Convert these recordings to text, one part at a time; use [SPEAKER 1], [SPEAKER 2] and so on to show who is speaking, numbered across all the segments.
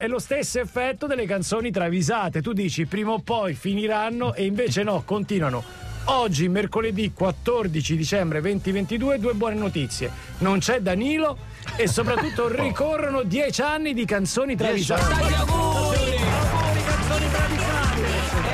[SPEAKER 1] È lo stesso effetto delle canzoni travisate. Tu dici prima o poi finiranno e invece no, continuano. Oggi, mercoledì 14 dicembre 2022, due buone notizie. Non c'è Danilo e soprattutto ricorrono dieci anni di canzoni travisate.
[SPEAKER 2] Tanti auguri! Auguri, canzoni travisate!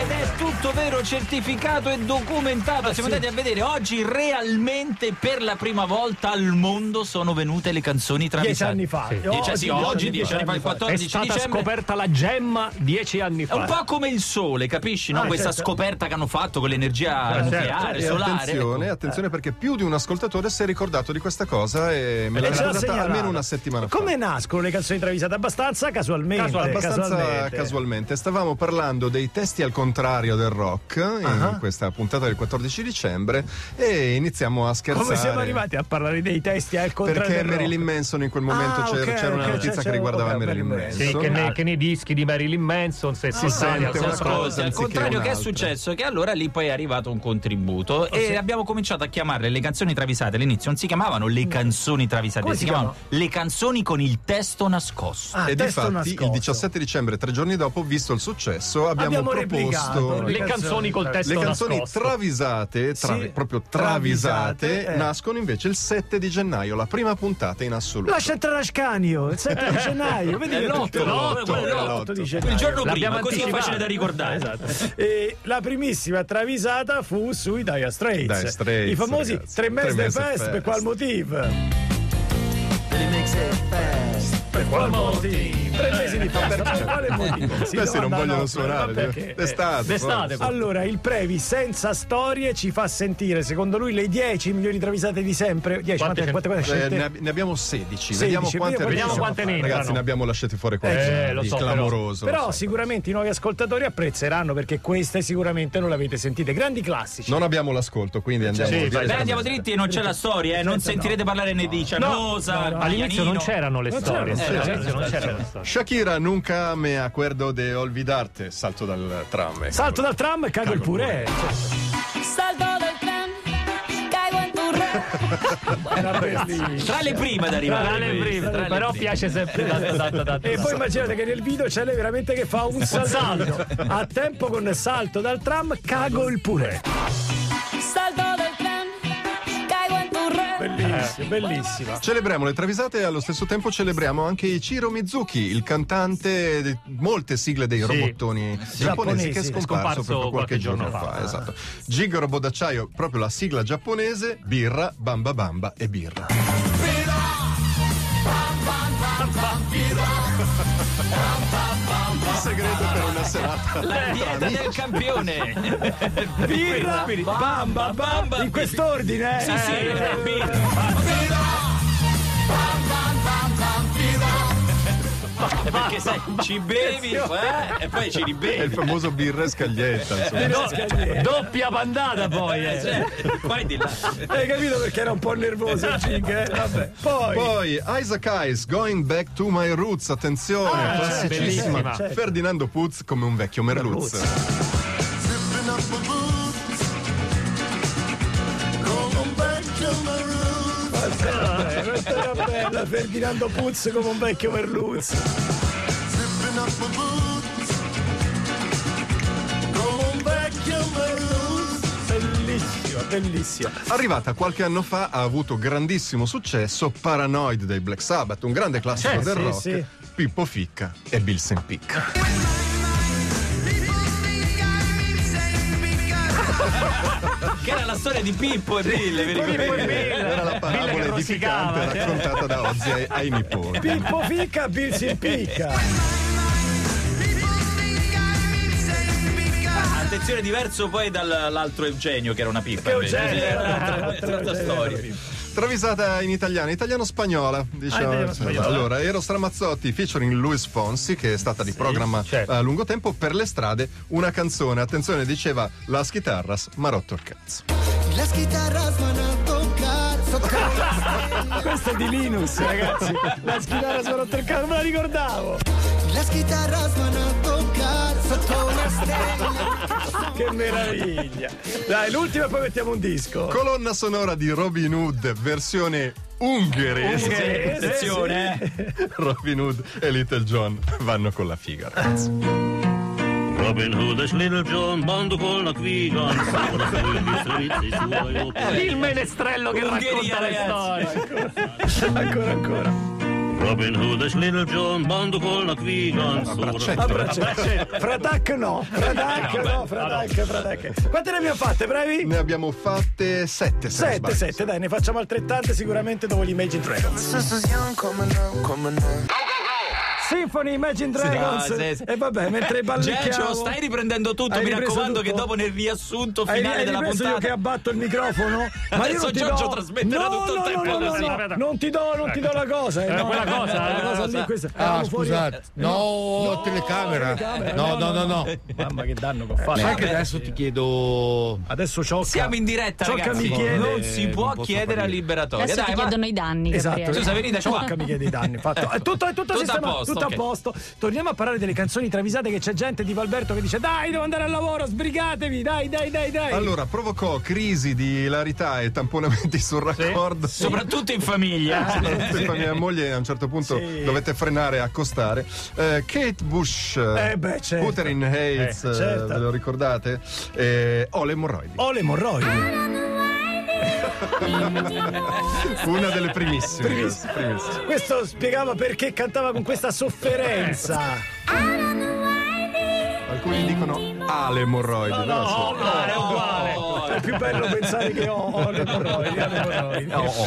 [SPEAKER 2] Ed è tutto vero, certificato e documentato. Siamo andati a vedere oggi realmente per la prima volta al mondo sono venute le canzoni
[SPEAKER 1] Dieci
[SPEAKER 2] travisate.
[SPEAKER 1] anni fa.
[SPEAKER 2] Dieci- sì, oggi, dieci anni fa, il 14
[SPEAKER 1] È stata
[SPEAKER 2] dicembre.
[SPEAKER 1] scoperta la gemma dieci anni
[SPEAKER 2] È un
[SPEAKER 1] fa.
[SPEAKER 2] po' come il sole, capisci? no?
[SPEAKER 1] Ah,
[SPEAKER 2] Questa
[SPEAKER 1] certo.
[SPEAKER 2] scoperta che hanno fatto con l'energia
[SPEAKER 3] Eh,
[SPEAKER 2] nucleare,
[SPEAKER 3] certo. E
[SPEAKER 2] solare.
[SPEAKER 3] Attenzione,
[SPEAKER 1] ecco.
[SPEAKER 3] attenzione perché più di un ascoltatore si è ricordato di questa cosa e me l'ha
[SPEAKER 1] E ce l'ha
[SPEAKER 3] ricordata
[SPEAKER 1] segnalato.
[SPEAKER 3] almeno una settimana fa.
[SPEAKER 1] Eh, Come nascono le canzoni travisate? Abbastanza casualmente.
[SPEAKER 3] Caso- abbastanza
[SPEAKER 1] casualmente.
[SPEAKER 3] casualmente. Stavamo parlando dei testi al contrario del rock in
[SPEAKER 1] Ah.
[SPEAKER 3] questa puntata del 14 dicembre e iniziamo a scherzare.
[SPEAKER 1] Come siamo arrivati a parlare dei testi al contrario?
[SPEAKER 3] Perché
[SPEAKER 1] del rock?
[SPEAKER 3] Marilyn Manson in quel momento
[SPEAKER 1] Ah,
[SPEAKER 3] c'era,
[SPEAKER 1] ok,
[SPEAKER 3] c'era una
[SPEAKER 1] ok,
[SPEAKER 3] notizia
[SPEAKER 1] c'era-
[SPEAKER 3] che riguardava
[SPEAKER 1] ok,
[SPEAKER 3] Marilyn
[SPEAKER 1] Marilyn
[SPEAKER 3] Manson.
[SPEAKER 1] Manson.
[SPEAKER 4] Sì, che, ne- che nei dischi di Marilyn Manson se si
[SPEAKER 3] sente
[SPEAKER 4] sente
[SPEAKER 2] Ascolti,
[SPEAKER 3] una
[SPEAKER 4] qualcosa.
[SPEAKER 3] cosa
[SPEAKER 2] Ecco, al
[SPEAKER 3] anziché
[SPEAKER 2] contrario che è
[SPEAKER 3] un'altra.
[SPEAKER 2] successo è che allora lì poi è arrivato un contributo e
[SPEAKER 1] sì.
[SPEAKER 2] abbiamo cominciato a chiamarle le canzoni travisate all'inizio non si chiamavano le canzoni travisate
[SPEAKER 1] Come
[SPEAKER 2] si,
[SPEAKER 1] si
[SPEAKER 2] chiamavano le canzoni con il testo nascosto
[SPEAKER 1] Ah,
[SPEAKER 3] e
[SPEAKER 1] testo
[SPEAKER 3] difatti
[SPEAKER 1] nascosto.
[SPEAKER 3] il 17 dicembre, tre giorni dopo, visto il successo, abbiamo,
[SPEAKER 1] Abbiamo
[SPEAKER 3] proposto
[SPEAKER 1] replicato
[SPEAKER 4] le canzoni col testo
[SPEAKER 3] Le canzoni
[SPEAKER 4] nascosto.
[SPEAKER 3] travisate, tra-
[SPEAKER 1] Sì.
[SPEAKER 3] proprio travisate,
[SPEAKER 1] Travisate, eh.
[SPEAKER 3] nascono invece il 7 di gennaio, la prima puntata in assoluto.
[SPEAKER 1] Lascia Trascanio il 7 di gennaio, vedi
[SPEAKER 2] Eh. È
[SPEAKER 1] che
[SPEAKER 2] l'otto,
[SPEAKER 1] tutto-
[SPEAKER 2] l'otto,
[SPEAKER 1] l'otto,
[SPEAKER 2] è l'otto.
[SPEAKER 1] l'otto di
[SPEAKER 2] il
[SPEAKER 1] gennaio.
[SPEAKER 2] giorno
[SPEAKER 4] L'abbiamo
[SPEAKER 2] prima così è
[SPEAKER 4] anticipato. Esatto.
[SPEAKER 2] facile da ricordare
[SPEAKER 1] E la primissima travisata fu sui Dire Straits,
[SPEAKER 3] Dire Straits,
[SPEAKER 1] i famosi
[SPEAKER 3] ragazzi.
[SPEAKER 1] tre mesi
[SPEAKER 3] Tre
[SPEAKER 1] del
[SPEAKER 3] mesi
[SPEAKER 1] fest,
[SPEAKER 3] fest.
[SPEAKER 1] per qual motivo? Per qual motivo? Tre mesi di festa, per quale motivo? Si
[SPEAKER 3] Questi non
[SPEAKER 1] domanda
[SPEAKER 3] vogliono
[SPEAKER 1] Nofri,
[SPEAKER 3] suonare, eh.
[SPEAKER 1] ma perché? Eh,
[SPEAKER 3] d'estate.
[SPEAKER 4] d'estate,
[SPEAKER 3] forse.
[SPEAKER 1] Allora, il Previ senza storie ci fa sentire, secondo lui, le 10 migliori travisate di sempre. 10,
[SPEAKER 4] Quante
[SPEAKER 1] quante,
[SPEAKER 4] ce-
[SPEAKER 1] quante, quante
[SPEAKER 3] Eh,
[SPEAKER 1] scelte?
[SPEAKER 3] ne, ab- ne abbiamo 16,
[SPEAKER 1] 16,
[SPEAKER 3] vediamo quante,
[SPEAKER 1] vediamo
[SPEAKER 3] riusciamo
[SPEAKER 4] quante
[SPEAKER 3] a fare.
[SPEAKER 4] ne
[SPEAKER 3] Ragazzi,
[SPEAKER 4] entrano.
[SPEAKER 3] ne abbiamo lasciati fuori qualcosa
[SPEAKER 4] Eh, lo
[SPEAKER 3] di
[SPEAKER 4] so, però.
[SPEAKER 3] clamoroso.
[SPEAKER 1] Però
[SPEAKER 3] lo oh, so.
[SPEAKER 1] sicuramente i nuovi ascoltatori apprezzeranno perché queste sicuramente non le avete sentite. Grandi classici.
[SPEAKER 3] Non abbiamo l'ascolto, quindi andiamo
[SPEAKER 4] Sì,
[SPEAKER 3] direttamente.
[SPEAKER 2] beh andiamo dritti e non c'è la storia eh, non sentirete parlare né di Cianosa
[SPEAKER 1] no, no.
[SPEAKER 4] All'inizio non c'erano le
[SPEAKER 1] Non
[SPEAKER 4] storie.
[SPEAKER 1] c'erano,
[SPEAKER 4] eh,
[SPEAKER 2] sì,
[SPEAKER 4] all'inizio non c'erano le storie.
[SPEAKER 3] Shakira, nunca me acuerdo de olvidarte. Salto dal tram. ecco.
[SPEAKER 1] Salto dal tram e cago il eh. purè.
[SPEAKER 5] Salto del tren, caigo en tu red.
[SPEAKER 1] Era bellissimo.
[SPEAKER 2] tra le prime ad arrivare
[SPEAKER 4] Tra le
[SPEAKER 2] queste,
[SPEAKER 4] prime,
[SPEAKER 2] tra le
[SPEAKER 4] però
[SPEAKER 2] prime.
[SPEAKER 4] piace sempre
[SPEAKER 1] Esatto,
[SPEAKER 4] la da,
[SPEAKER 1] E poi immaginate che nel video c'è lei veramente che fa un salto a tempo con salto dal tram, cago il purè.
[SPEAKER 5] Salto del tren, caigo en tu red.
[SPEAKER 1] Bellissima, bellissima.
[SPEAKER 3] Celebriamo le travisate e allo stesso tempo celebriamo anche Ichiro Mizuki, il cantante di molte sigle dei robottoni giapponesi che
[SPEAKER 1] Giapponesi.
[SPEAKER 3] è scomparso,
[SPEAKER 4] Scomparso
[SPEAKER 3] proprio qualche, giorno, fa. Esatto. Giga Robot d'acciaio, proprio la sigla giapponese, birra, bamba bamba e birra. Il segreto per una serata.
[SPEAKER 2] la dieta del campione
[SPEAKER 1] Birra,
[SPEAKER 2] bamba bamba
[SPEAKER 1] in quest'ordine. eh?
[SPEAKER 2] sì sì
[SPEAKER 1] Eh,
[SPEAKER 2] eh, birra. Eh, perché sai, ci bevi eh, e poi ci
[SPEAKER 3] È il
[SPEAKER 2] ribevi.
[SPEAKER 3] famoso birra e scaglietta. Insomma.
[SPEAKER 4] Doppia bandata poi, eh.
[SPEAKER 2] Cioè, poi di là.
[SPEAKER 1] Hai capito perché era un po' nervoso il Jig, eh? Vabbè. Poi,
[SPEAKER 3] Poi Isaac Hayes, Going Back to My Roots, attenzione,
[SPEAKER 1] Ah,
[SPEAKER 3] classicissima.
[SPEAKER 4] bellissima.
[SPEAKER 3] Certo. Ferdinando Puz come un vecchio Merluz.
[SPEAKER 1] eh, questa era bella, Ferdinando Puzzo come un vecchio Merluzzo. Come un vecchio Merluzzo. Bellissima, bellissima.
[SPEAKER 3] Arrivata qualche anno fa ha avuto grandissimo successo Paranoid dei Black Sabbath, un grande classico
[SPEAKER 1] Certo,
[SPEAKER 3] del
[SPEAKER 1] sì,
[SPEAKER 3] rock.
[SPEAKER 1] sì.
[SPEAKER 3] Pippo Ficca e Bill Sempicca.
[SPEAKER 2] Che era la storia di Pippo e Bill, vi ricordate?
[SPEAKER 1] Eh,
[SPEAKER 3] Era la
[SPEAKER 4] Bill
[SPEAKER 3] parabola
[SPEAKER 4] che
[SPEAKER 3] edificante
[SPEAKER 4] rosicava, cioè.
[SPEAKER 3] raccontata da Ozzy ai, ai nipoti.
[SPEAKER 1] Pippo Ficca, Bill si picca.
[SPEAKER 2] Attenzione, diverso poi dall'altro Eugenio, che era una pippa. invece.
[SPEAKER 1] Eugenio,
[SPEAKER 2] Sì,
[SPEAKER 1] era
[SPEAKER 2] era un'altra-
[SPEAKER 1] l'altro
[SPEAKER 2] un'altra
[SPEAKER 1] Eugenio,
[SPEAKER 2] storia.
[SPEAKER 3] Travisata in italiano, italiano-spagnola.
[SPEAKER 1] Ah,
[SPEAKER 3] Diciamo.
[SPEAKER 1] italiano-spagnola.
[SPEAKER 3] Allora, Eros Ramazzotti featuring Luis Fonsi, che è stata di programma
[SPEAKER 4] certo.
[SPEAKER 3] a lungo tempo, per le strade una canzone. Attenzione, diceva Las chitarras, ma rotto il cazzo.
[SPEAKER 6] Las guitarras van a tocar.
[SPEAKER 1] Questa è di Linus, ragazzi. La schidara sono rotto il cazzo, me la ricordavo.
[SPEAKER 6] Las guitarras van a tocar. Sotto una stella.
[SPEAKER 1] Che meraviglia. Dai, l'ultima e poi mettiamo un disco.
[SPEAKER 3] Colonna sonora di Robin Hood, versione ungherese.
[SPEAKER 1] Ungherese, sì.
[SPEAKER 2] Attenzione, eh.
[SPEAKER 3] Robin Hood e Little John vanno con la figa, ragazzi.
[SPEAKER 7] Robin Hood e Little John, bando con la quiga, ancora con gli strizzi suoi. oh,
[SPEAKER 4] Il menestrello che
[SPEAKER 2] Ungheria,
[SPEAKER 4] racconta le
[SPEAKER 2] ragazzi.
[SPEAKER 4] storie.
[SPEAKER 1] Ancora, ancora.
[SPEAKER 7] Robin Hood e Little John, bando con la quiga, ancora.
[SPEAKER 3] Braccetto.
[SPEAKER 1] Fratac no, fratac no, fratac, fratac. Quante ne abbiamo fatte, bravi?
[SPEAKER 3] Ne abbiamo fatte sette, se non
[SPEAKER 1] Sette,
[SPEAKER 3] sbaglio.
[SPEAKER 1] sette, dai, ne facciamo altrettante sicuramente dopo gli Imagine Dragons.
[SPEAKER 6] This is young coming up, coming up.
[SPEAKER 1] Symphony Imagine Dragons.
[SPEAKER 2] No, se-
[SPEAKER 1] E vabbè, mentre ballicchiamo...
[SPEAKER 2] Gercio, stai riprendendo tutto,
[SPEAKER 1] Hai
[SPEAKER 2] mi
[SPEAKER 1] ripreso
[SPEAKER 2] raccomando che
[SPEAKER 1] tutto?
[SPEAKER 2] dopo nel riassunto
[SPEAKER 1] Hai,
[SPEAKER 2] finale
[SPEAKER 1] hai
[SPEAKER 2] della
[SPEAKER 1] ripreso io che
[SPEAKER 2] puntata
[SPEAKER 1] abbatto il microfono? Ma io
[SPEAKER 2] Adesso
[SPEAKER 1] non ti
[SPEAKER 2] Giorgio
[SPEAKER 1] do...
[SPEAKER 2] trasmetterà
[SPEAKER 1] no,
[SPEAKER 2] tutto il
[SPEAKER 1] no,
[SPEAKER 2] tempo
[SPEAKER 1] No, no,
[SPEAKER 4] così.
[SPEAKER 1] no, no, non ti do, non ti do la cosa. eh,
[SPEAKER 4] Eh,
[SPEAKER 1] no.
[SPEAKER 4] quella cosa,
[SPEAKER 1] La
[SPEAKER 4] eh,
[SPEAKER 1] cosa
[SPEAKER 4] cosa.
[SPEAKER 1] lì, questa.
[SPEAKER 8] Ah,
[SPEAKER 1] eravamo fuori- Eh,
[SPEAKER 8] scusate. No, telecamera. No, no, no, no.
[SPEAKER 1] Mamma che danno che ho fatto.
[SPEAKER 8] Sai che adesso ti chiedo
[SPEAKER 1] Adesso ciocca.
[SPEAKER 2] siamo in diretta,
[SPEAKER 1] Ciò che
[SPEAKER 2] ragazzi.
[SPEAKER 1] mi chiede-
[SPEAKER 2] non si può
[SPEAKER 8] non posso
[SPEAKER 2] chiedere
[SPEAKER 8] parlare.
[SPEAKER 2] a liberatoria.
[SPEAKER 5] Adesso
[SPEAKER 2] Dai,
[SPEAKER 5] ti
[SPEAKER 2] va.
[SPEAKER 5] chiedono i danni,
[SPEAKER 1] Esatto,
[SPEAKER 5] Gabriele.
[SPEAKER 2] Scusa, venite, ciao.
[SPEAKER 1] Ciocca mi chiede i danni. Fatto. È tutto, è tutto,
[SPEAKER 2] Tutto a
[SPEAKER 1] sistemato,
[SPEAKER 2] posto,
[SPEAKER 1] tutto
[SPEAKER 2] ok.
[SPEAKER 1] a posto. Torniamo a parlare delle canzoni travisate che c'è gente di Valberto che dice dai, devo andare al lavoro, sbrigatevi, dai, dai, dai, dai.
[SPEAKER 3] Allora, provocò crisi di ilarità e tamponamenti sul raccordo.
[SPEAKER 2] Soprattutto in famiglia.
[SPEAKER 3] Soprattutto con mia moglie a un certo punto
[SPEAKER 1] Sì.
[SPEAKER 3] dovette frenare e accostare. Eh, Kate Bush,
[SPEAKER 1] Eh, beh, certo.
[SPEAKER 3] Putin Hayes,
[SPEAKER 1] Eh, certo.
[SPEAKER 3] ve lo ricordate? Eh, ho le emorroidi.
[SPEAKER 1] Ho le morroidi.
[SPEAKER 3] Una delle primissime. Primissime.
[SPEAKER 1] Questo spiegava perché cantava con questa sofferenza.
[SPEAKER 3] Alcuni dicono ha le emorroidi. però insomma,
[SPEAKER 4] Ah, è uguale.
[SPEAKER 1] È più bello pensare che ho, ho le morroidi. ho le morroidi.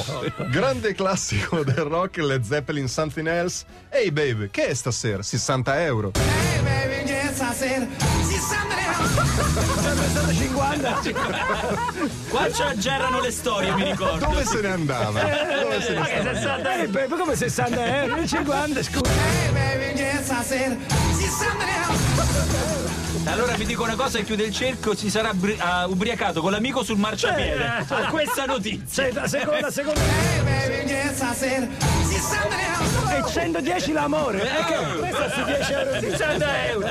[SPEAKER 3] Grande classico del rock, Led Zeppelin Something Else. Ehi baby, che è stasera? 60 euro.
[SPEAKER 6] Hey baby, che stasera si sente
[SPEAKER 1] Pensate 50.
[SPEAKER 2] Qua ci aggerrano le storie, mi ricordo.
[SPEAKER 3] Dove se ne andava? Dove se ne
[SPEAKER 4] Ma che
[SPEAKER 3] andava?
[SPEAKER 4] 60
[SPEAKER 1] Eh, beh, come eh? 60 euro? 50, scusa.
[SPEAKER 6] Hey baby, che stasera si sente
[SPEAKER 2] Allora vi dico una cosa: chiude il cerco, si sarà bri- ah, ubriacato con l'amico sul marciapiede.
[SPEAKER 1] Eh.
[SPEAKER 2] A questa notizia.
[SPEAKER 1] Cioè, la seconda, seconda.
[SPEAKER 6] Hey baby, che stasera si sente
[SPEAKER 1] E 110 l'amore. Perché? Questo su 10 euro. 60 euro.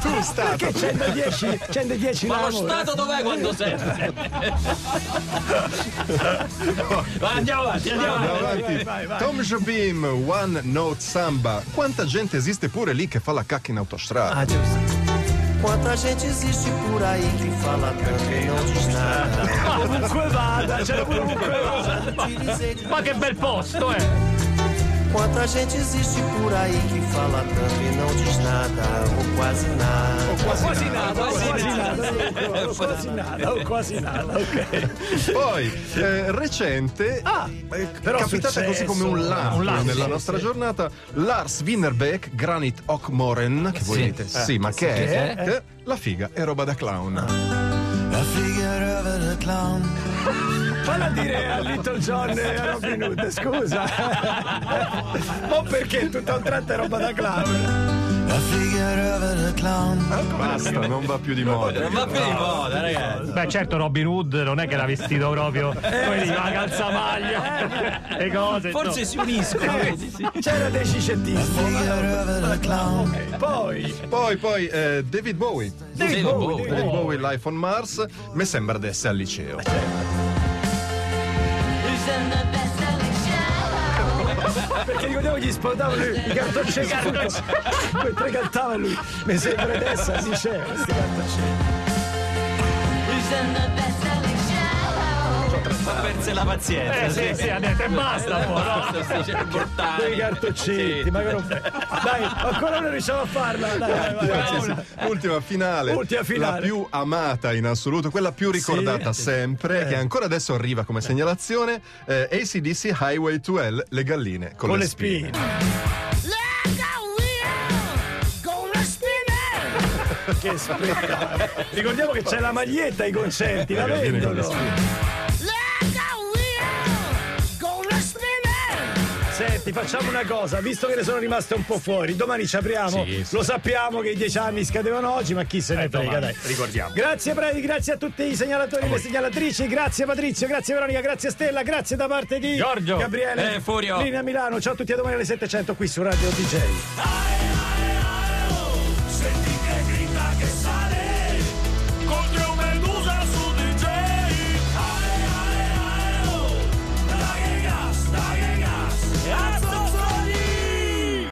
[SPEAKER 3] Tu stato.
[SPEAKER 1] Perché 110, 110
[SPEAKER 2] Ma lo
[SPEAKER 1] l'amore?
[SPEAKER 2] Stato dov'è quando serve? Va, andiamo avanti, andiamo
[SPEAKER 3] Andiamo
[SPEAKER 2] avanti.
[SPEAKER 3] avanti. Tom Jobim, One Note Samba. Quanta gente esiste pure lì che fa la cacca in autostrada?
[SPEAKER 6] Quanta gente existe por aí que fala tanto e não diz nada
[SPEAKER 1] Ovunque vada, cioè ovunque vada.
[SPEAKER 6] Te dizer que
[SPEAKER 4] Ma che bel posto, eh!
[SPEAKER 6] Quanta gente existe por aí que fala tanto e não diz nada ou quase nada.
[SPEAKER 1] Quasi nada,
[SPEAKER 2] quasi
[SPEAKER 1] quasi
[SPEAKER 2] nada.
[SPEAKER 1] nada, oh, quasi nada, oh, quasi nada, ok.
[SPEAKER 3] Poi, eh, recente,
[SPEAKER 1] Ah,
[SPEAKER 3] eh,
[SPEAKER 1] però
[SPEAKER 3] capitata
[SPEAKER 1] successo.
[SPEAKER 3] così come un lampo,
[SPEAKER 4] Un lampo,
[SPEAKER 3] nella
[SPEAKER 4] sì,
[SPEAKER 3] nostra giornata, Lars Winterbeck, Granit Ockmoren, che voi
[SPEAKER 2] Sì.
[SPEAKER 3] dite, sì, ma che, è? Eh, La figa è roba da clown.
[SPEAKER 6] A figure of a clown.
[SPEAKER 1] Falla dire a Little John e a Eh, Robin Hood, scusa. Ma perché tutto a un tratto è roba da clown?
[SPEAKER 6] A figure of a clown.
[SPEAKER 3] Basta, non va più di moda.
[SPEAKER 2] Non va bene, moda, ragazzi.
[SPEAKER 4] Beh, certo, Robin Hood non è che l'ha vestito proprio come dico, la calzamaglia, le cose.
[SPEAKER 2] Forse si uniscono.
[SPEAKER 1] Eh.
[SPEAKER 2] vedi, sì.
[SPEAKER 1] C'era dei cicettismo.
[SPEAKER 6] of a clown.
[SPEAKER 1] Poi,
[SPEAKER 3] Poi, poi, eh, David Bowie.
[SPEAKER 1] dei
[SPEAKER 2] Bowie,
[SPEAKER 1] Bowie,
[SPEAKER 2] David
[SPEAKER 1] dei
[SPEAKER 3] David
[SPEAKER 1] Bowie.
[SPEAKER 3] Bowie, Life on Mars, mi sembra di essere al liceo.
[SPEAKER 1] Perché ricordiamo gli spaventava lui, i cartoncini. Mentre cantava lui, mi sembra adesso al liceo, questi cartoncini.
[SPEAKER 2] Ma perse la pazienza.
[SPEAKER 4] Eh, sì, sì, ha detto e basta,
[SPEAKER 1] boh,
[SPEAKER 4] poi, no?
[SPEAKER 2] Basta, sì, c'è il portale.
[SPEAKER 1] Quei cartoncini, ma che non Dai, ancora non riusciamo a farla. Dai, vai, vai, vai.
[SPEAKER 3] Sì, sì. Ultima finale,
[SPEAKER 1] Ultima finale.
[SPEAKER 3] la più amata in assoluto, quella più ricordata sempre,
[SPEAKER 1] Eh.
[SPEAKER 3] che ancora adesso arriva come segnalazione, eh, ACDC Highway to Hell, le galline con,
[SPEAKER 1] Con le spine. Che spettacolo. Ricordiamo che c'è la maglietta ai concerti, la
[SPEAKER 3] Le galline con le
[SPEAKER 1] vendono.
[SPEAKER 3] spine.
[SPEAKER 1] Senti, facciamo una cosa, visto che ne sono rimaste un po' fuori, domani ci apriamo. Lo sappiamo che i dieci anni scadevano oggi, ma chi se ne frega, dai.
[SPEAKER 4] Ricordiamo.
[SPEAKER 1] Grazie Previ, grazie a tutti i segnalatori e le segnalatrici, grazie Patrizio, grazie Veronica, grazie Stella, grazie da parte di
[SPEAKER 4] Giorgio.
[SPEAKER 1] Gabriele
[SPEAKER 2] Eh, Furio.
[SPEAKER 1] Linea Milano, ciao a tutti a domani alle 700 qui su Radio DJ.
[SPEAKER 6] Ai, ai,